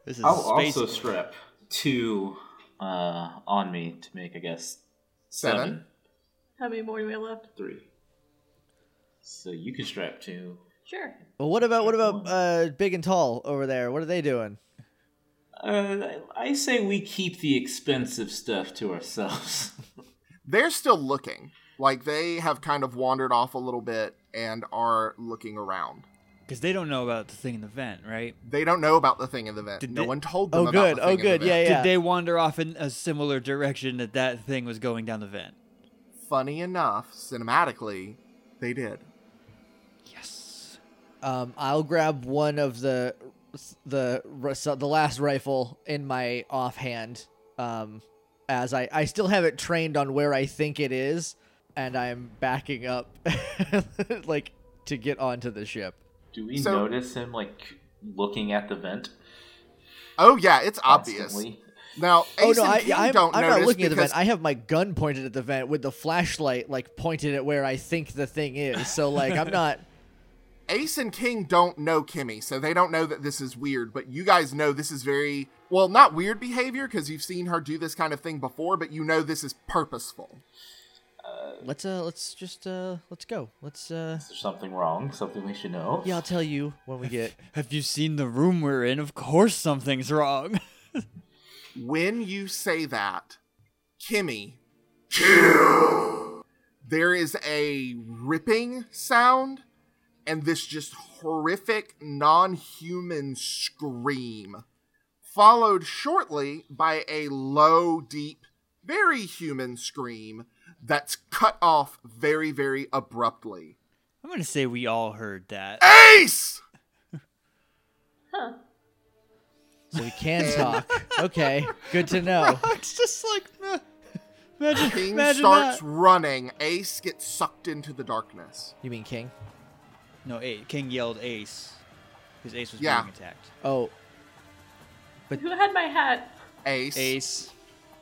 This is
I'll
space.
also strap two uh, on me to make, I guess, seven.
Seven.
How many more do we have left?
Three. So you can strap two.
Sure.
Well, what about what about uh, big and tall over there? What are they doing?
Uh, I I say we keep the expensive stuff to ourselves.
They're still looking. Like they have kind of wandered off a little bit and are looking around.
Because they don't know about the thing in the vent, right?
They don't know about the thing in the vent.
Did
no
they-
one told them
Oh,
about
good.
the thing
Oh,
in the
good.
vent.
Yeah, yeah.
Did they wander off in a similar direction that that thing was going down the vent?
Funny enough, cinematically, they did.
Yes.
Um, I'll grab one of the the the last rifle in my offhand. Um, as I I still have it trained on where I think it is, and I'm backing up, like to get onto the ship.
Do we
So-
notice him like looking at the vent?
Oh yeah, it's obvious.
constantly?
Now,
Oh
Ace
no,
and
I,
King
I'm,
don't
I'm
notice
not looking at the
because
vent. I have my gun pointed at the vent with the flashlight like pointed at where I think the thing is. So like I'm not.
Ace and King don't know Kimmy, so they don't know that this is weird, but you guys know this is very, well, not weird behavior because you've seen her do this kind of thing before, but you know this is purposeful.
Let's uh let's just uh let's go. Let's uh
Is there something wrong? Something we should know?
yeah I'll tell you when we get.
Have you seen the room we're in? Of course something's wrong.
When you say that, Kimmy, there is a ripping sound and this just horrific non human scream, followed shortly by a low, deep, very human scream that's cut off very, very abruptly.
I'm gonna say we all heard that.
Ace!
Huh.
So we can talk. Okay, good to know.
it's just like meh. imagine,
King
imagine
starts
that.
running. Ace gets sucked into the darkness.
You mean King?
No, A- King yelled Ace because Ace was
Yeah.
being attacked.
Oh,
Who had my hat?
Ace.
Ace.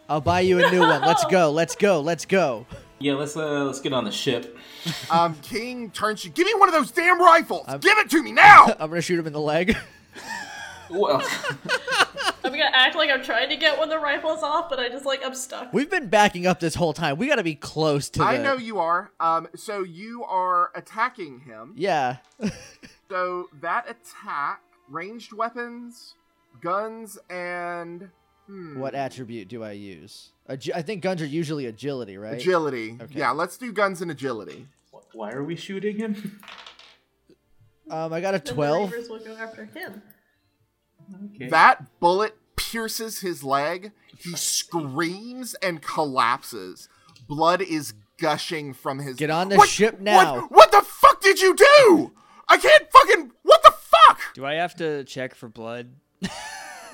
I'll buy you a new one. Let's go. Let's go. Let's go.
Yeah, let's uh, let's get on the ship.
Um, King turns to give me one of those damn rifles.
Um,
give it to me now.
I'm gonna shoot him in the leg.
Well,
I'm gonna act like I'm trying to get when the rifle's off, but I just like I'm stuck.
We've been backing up this whole time. We gotta be close to. The...
I know you are. Um, so you are attacking him.
Yeah.
So that attack, ranged weapons, guns, and Hmm.
What attribute do I use? Ag- I think guns are usually agility, right?
agility. Yeah, let's do guns and agility.
why are we shooting him?
Um, I got a
Then the
twelve.
Reavers will go after him.
Okay.
That bullet pierces his leg. He screams and collapses. Blood is gushing from his.
Get on the ship
what-
now.
What, the fuck did you do? I can't fucking. What the fuck?
Do I have to check for blood?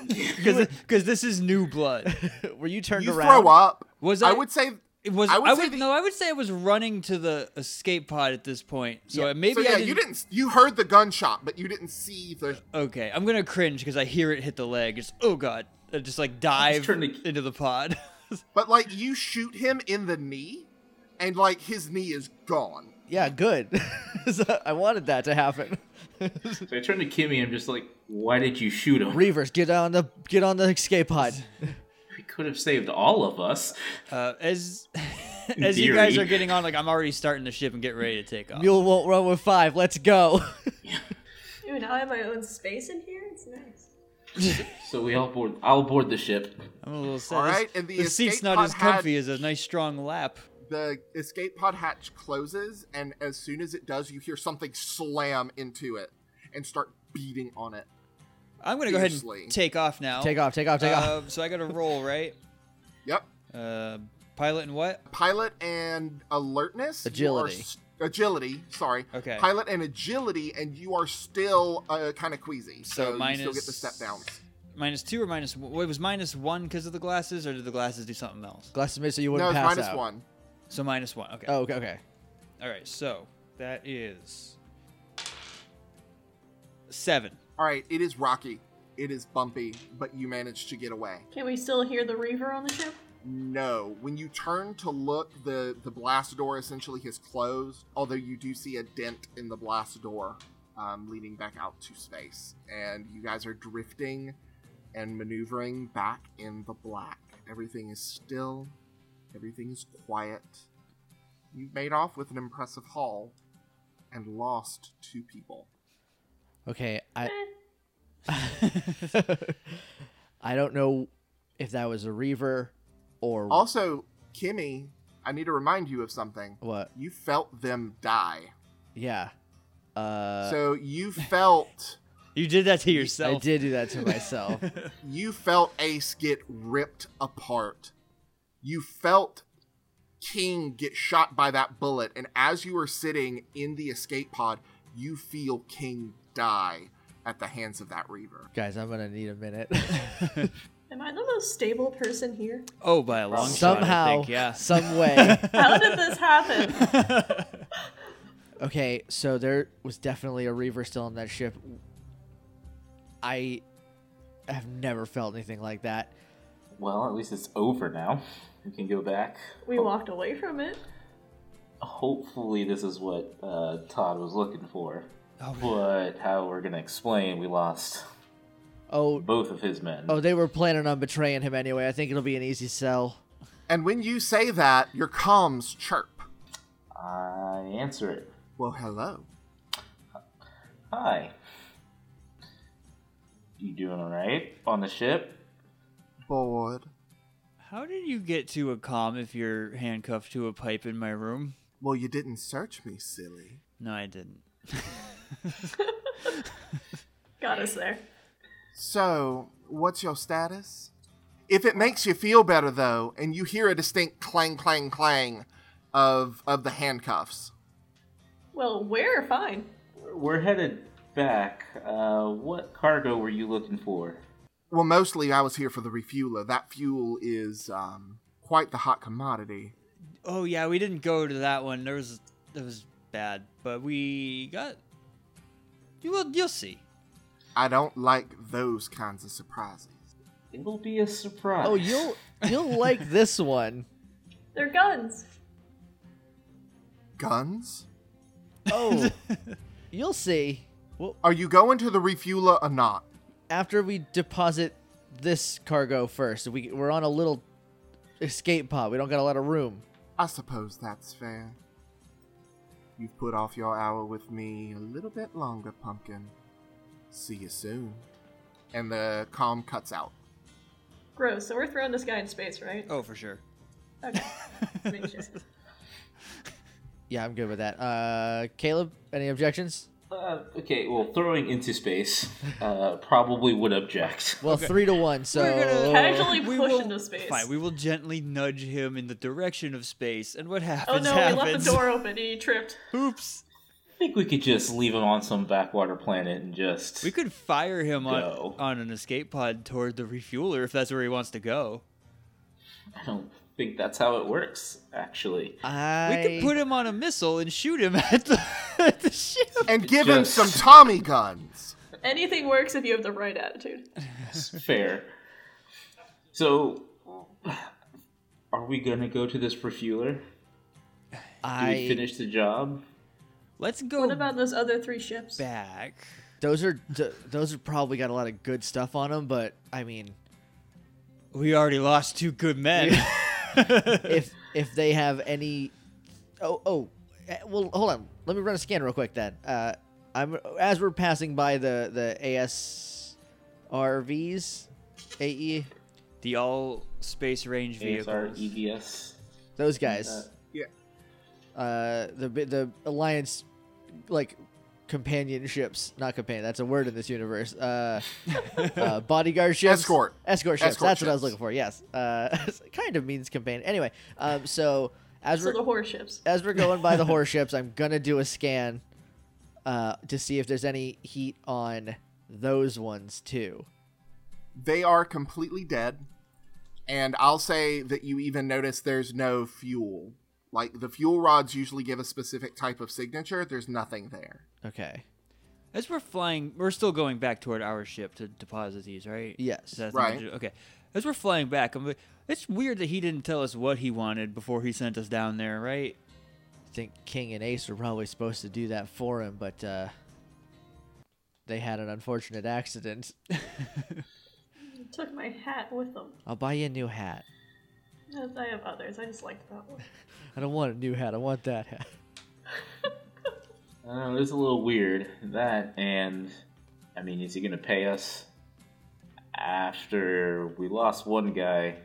Because this is new blood.
Were you turned
You
around?
throw up.
Was
I
I-
would say.
It was
I
I
would
would,
say the-
no, I would say I was running to the escape pod at this point. So
Yeah.
maybe
So
I
yeah,
didn't,
you didn't. You heard the gunshot, but you didn't see the.
Okay, I'm gonna cringe because I hear it hit the leg. It's oh god, I just like dive
trying to-
into the pod.
But like you shoot him in the knee, and like his knee is gone.
Yeah, good. So I wanted that to happen.
So I turn to Kimmy. I'm just like, why did you shoot him?
Reavers, get on the get on the escape pod.
We could have saved all of us.
uh, as as you guys
theory.
are getting on, like I'm already starting the ship and getting ready to take off.
Mule won't run with five. Let's go.
Ooh, now I have my own space in here. It's nice.
So we all board. I'll board the ship.
I'm a little sad.
All
This-
right, and the
this seat's
escape
not
pod
as comfy
had-
as a nice strong lap.
The escape pod hatch closes, and as soon as it does, you hear something slam into it and start beating on it.
I'm gonna go ahead
Fiercely.
and take off now.
Oh.
take off. Take off. Take off.
Uh, so I got to roll, right?
Yep.
Uh, pilot and what?
Pilot and alertness. you are
Agility.
s- agility. Sorry.
Okay.
Pilot and agility, and you are still uh, kind of queasy. So, you
So
still get the
minus-
step downs.
Minus two or minus? Well, it was minus one because of the glasses, or did the glasses do something else?
Glass of mist so you
No,
wouldn't
it's
pass
minus
out.
one.
So minus one. Okay.
Oh, okay. okay.
All right. So that is seven.
All right. It is rocky. It is bumpy, but you manage to get away.
Can we still hear the Reaver on the ship?
No. When you turn to look, the the blast door essentially has closed. Although you do see a dent in the blast door, um, leading back out to space, and you guys are drifting and maneuvering back in the black. Everything is still. Everything is quiet. You made off with an impressive haul and lost two people.
Okay, I
Eh,
I don't know if that was a reaver or
Also, Kimmy, I need to remind you of something.
what.
You felt them die.
Yeah. Uh
so you felt
You did that to
I
yourself.
did do that to myself.
you felt Ace get ripped apart. You felt King get shot by that bullet, and as you are sitting in the escape pod, you feel King die at the hands of that Reaver.
Guys, I'm going to need a minute.
Am I the most stable person here?
Oh, by a long shot. I
Somehow,
think, yeah.
some way.
How did this happen?
Okay, so there was definitely a Reaver still on that ship. I have never felt anything like that.
Well, at least it's over now. We can go back.
We walked away from it.
Hopefully, this is what uh, Todd was looking for. But how we're gonna explain, we lost
Oh,
both of his men.
oh, they were planning on betraying him anyway. I think it'll be an easy sell.
And when you say that, your comms chirp.
I answer it.
Well, hello.
Hi. You doing alright on the ship?
Bored.
How did you get to a comm if you're handcuffed to a pipe in my room?
Well, you didn't search me, silly.
No, I didn't.
Got us there.
So, what's your status? If it makes you feel better, though, and you hear a distinct clang, clang, clang of of the handcuffs.
Well, we're fine.
We're headed back. Uh, what cargo were you looking for?
Well, mostly I was here for the refueler. That fuel is um, quite the hot commodity.
Oh yeah, we didn't go to that one. There was that was bad, but we got. You will. You'll see.
I don't like those kinds of surprises.
It'll be a surprise.
Oh, you'll you'll like this one.
They're guns.
Guns?
Oh, you'll see. Well,
Are you going to the refueler or not?
after we deposit this cargo first, we we're on a little escape pod. We don't got a lot of room.
I suppose that's fair. You've put off your hour with me a little bit longer, Pumpkin. See you soon. And the comm cuts out.
Gross. So we're throwing this guy in space, right?
Oh, for sure.
Okay. Make sure.
Yeah, I'm good with that. Uh, Caleb, any objections?
Uh, okay, well, throwing into space uh, probably would object.
Well, three to one. So
Casually
We
push
will-
into space.
Fine, we will gently nudge him in the direction of space, and what happens
oh no,
happens.
we left the door open and he tripped.
Oops.
I think we could just leave him on some backwater planet and just.
We could fire him
Go.
on on an escape pod toward the refueler if that's where he wants to go.
I don't think that's how it works, actually.
I
We could put him on a missile and shoot him at the, at the ship.
And give
Just-
him some Tommy guns.
Anything works if you have the right attitude.
Fair. So, are we gonna go to this refueler? Do
I
we finish the job?
Let's go
What about those other three ships?
back.
those are th- those are probably got a lot of good stuff on them. But I mean,
We already lost two good men.
if if they have any, oh oh, eh, well hold on. Let me run a scan real quick then. Uh, I'm as we're passing by the the ASRVs, AE,
the all space range
ASR,
vehicles.
EVS.
those guys.
Yeah.
Uh, the bi- the alliance, like companionships, not companion. That's a word in this universe. Uh, uh bodyguard ships,
Escort.
escort ships.
Escort
that's what I was
ships.
looking for. Yes. Uh, kind of means companion. Anyway, um, so as
So
we're
the horse ships.
as we're going by the horse ships, I'm gonna do a scan, uh, to see if there's any heat on those ones too.
They are completely dead. And I'll say that you even notice there's no fuel. Like the fuel rods usually give a specific type of signature, there's nothing there.
Okay.
As we're flying, we're still going back toward our ship to deposit these, right?
Yes.
Is that the
Right.
major- Okay. As we're flying back, I'm like, it's weird that he didn't tell us what he wanted before he sent us down there, right?
I think King and Ace were probably supposed to do that for him, but uh, they had an unfortunate accident.
Took my hat with them.
I'll buy you a new hat.
I have others. I just liked that one.
I don't want a new hat. I want that hat.
I don't know, it was a little weird. That and I mean, is he gonna pay us after we lost one guy,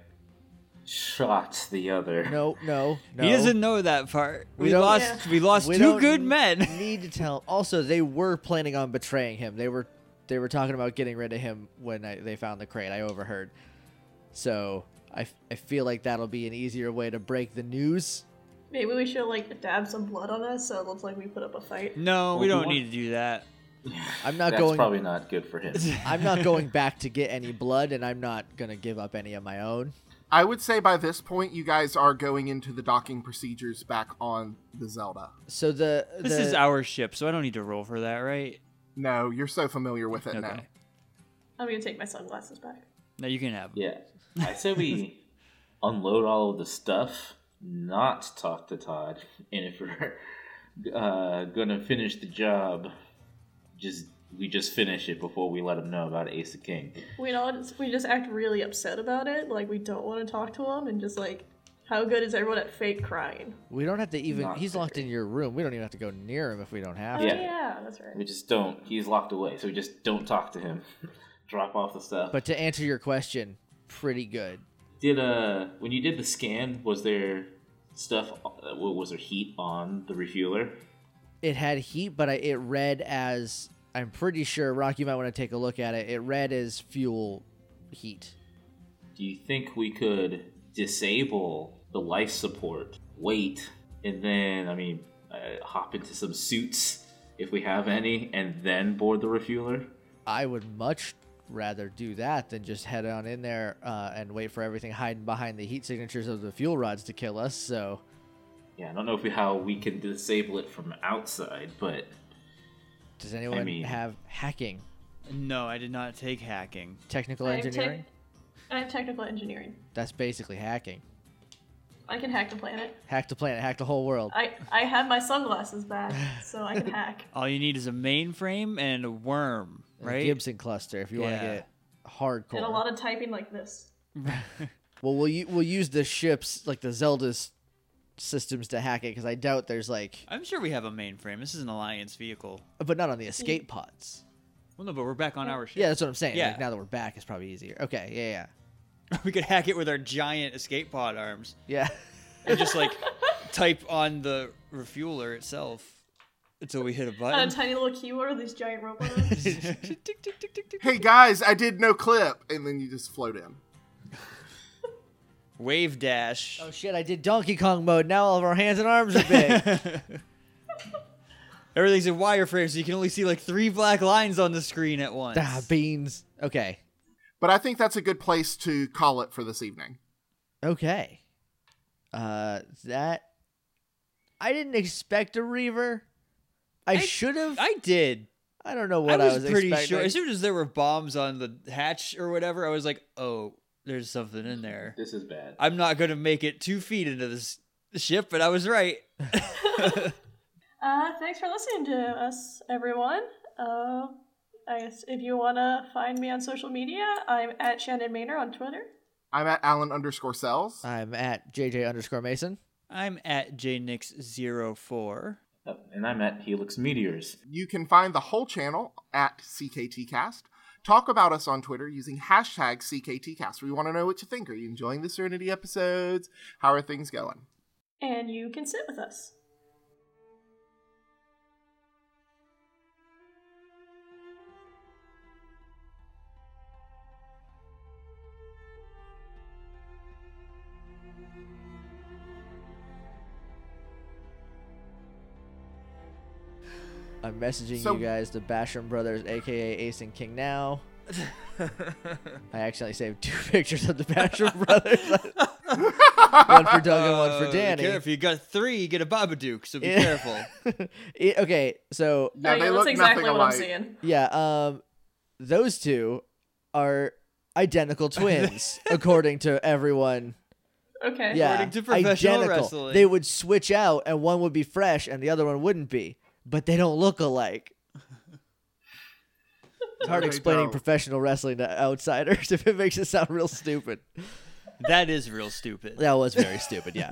shot the other?
No, no, no.
He doesn't know that part.
We
We,
don't-
lost.
Yeah.
We lost
We
two
don't
good
n-
men.
need to tell. Also, they were planning on betraying him. They were they were talking about getting rid of him when I, they found the crate. I overheard. So I, f- I feel like that'll be an easier way to break the news.
Maybe we should like dab some blood on us so it looks like we put up a fight.
No, we
Well,
don't
we
need to do that.
I'm not
That's
going.
probably not good for him.
I'm not going back to get any blood, and I'm not gonna give up any of my own.
I would say by this point, you guys are going into the docking procedures back on the Zelda.
So the
This
the-
is our ship, so I don't need to roll for that, right?
No, you're so familiar with it now.
Okay.
I'm gonna take my sunglasses back.
Now you can have. 'em.
Yeah, I say we unload all of the stuff, not talk to Todd, and if we're uh, gonna finish the job, just we just finish it before we let him know about Ace of King.
We don't. We just act really upset about it. Like we don't want to talk to him, and just like, how good is everyone at fake crying?
we don't have to even.
Not
he's locked
very.
in your room. We don't even have to go near him if we don't have
Oh
to.
yeah,
Yeah.
that's right.
We just don't. He's locked away, so we just don't talk to him. Drop off the stuff.
But to answer your question, pretty good.
did uh when you did the scan, was there stuff? uh, Was there heat on the refueler?
it had heat, but I, it read as I'm pretty sure Rock. You might want to take a look at it. It read as fuel heat.
Do you think we could disable the life support, wait, and then, I mean, uh, hop into some suits if we have any, and then board the refueler?
I would much rather do that than just head on in there uh, and wait for everything hiding behind the heat signatures of the fuel rods to kill us. So
Yeah, I don't know if we, how we can disable it from outside, but
does anyone
mean-
have hacking,
No, I did not take hacking.
technical
I am tech-
engineering?
I have technical engineering.
That's basically hacking.
I can hack the planet.
Hack the planet, hack the whole world.
I I have my sunglasses back, so I can hack.
All you need is a mainframe and a worm,
And a
right?
Gibson cluster if you want to
Yeah.
get hardcore.
And a lot of typing like this.
Well, we'll u- we'll use the ships like the Zelda's systems to hack it because I doubt there's like,
I'm sure we have a mainframe. This is an alliance vehicle.
but not on the escape pods.
Well, no, but we're back on our ship.
Yeah, that's what I'm saying.
Yeah.
Like, now that we're back, it's probably easier. Okay, yeah,
we could hack it with our giant escape pod arms
yeah,
and just like type on the refueler itself until we hit a
On a
button.
tiny little keyboard with these giant robot arms.
Tick, tick, tick, tick, tick.
Hey guys, I did no clip, and then you just float in.
Wave dash.
yeah. Oh shit! I did Donkey Kong mode. Now all of our hands and arms are big.
Everything's in wireframe, so you can only see like three black lines on the screen at once.
ah, beans. Okay,
But I think that's a good place to call it for this evening.
okay. Uh, that I didn't expect a reaver. I, should have. I,
I did.
don't know what
I
I
was,
was,
pretty
expecting.
sure. As soon as there were bombs on the hatch or whatever, I was like, oh, there's something in there.
this is bad.
I'm not going to make it two feet into this ship, but I was right.
Uh, thanks for listening to us, everyone. Uh, I guess if you wanna find me on social media, I'm at Shannon Maynor on Twitter.
I'm at Alan underscore cells.
I'm at JJ underscore Mason.
I'm at jnix04.
Oh, and I'm at Helix Meteors.
You can find the whole channel at CKTcast. Talk about us on Twitter using hashtag CKTcast. We want to know what you think. Are you enjoying the Serenity episodes? How are things going?
and you can sit with us.
I'm messaging
So-
you guys the Basham brothers, aka Ace and King. Now. I accidentally saved two pictures of the Basham brothers. one for Doug and one for Danny.
Be careful. Uh, You got three, you get a Babadook, so be
Yeah.
careful.
It- okay, so
Yeah,
There you
they
go,
look
Oh, that's exactly
nothing
what I'm
alike.
seeing.
yeah, um, those two are identical twins, according to everyone.
Okay.
Yeah,
According to professional
identical.
wrestling.
They would switch out, and one would be fresh, and the other one wouldn't be. But they don't look alike. It's hard
They
explaining
don't.
professional wrestling to outsiders if it makes it sound real stupid.
that is real stupid.
That was very stupid. Yeah.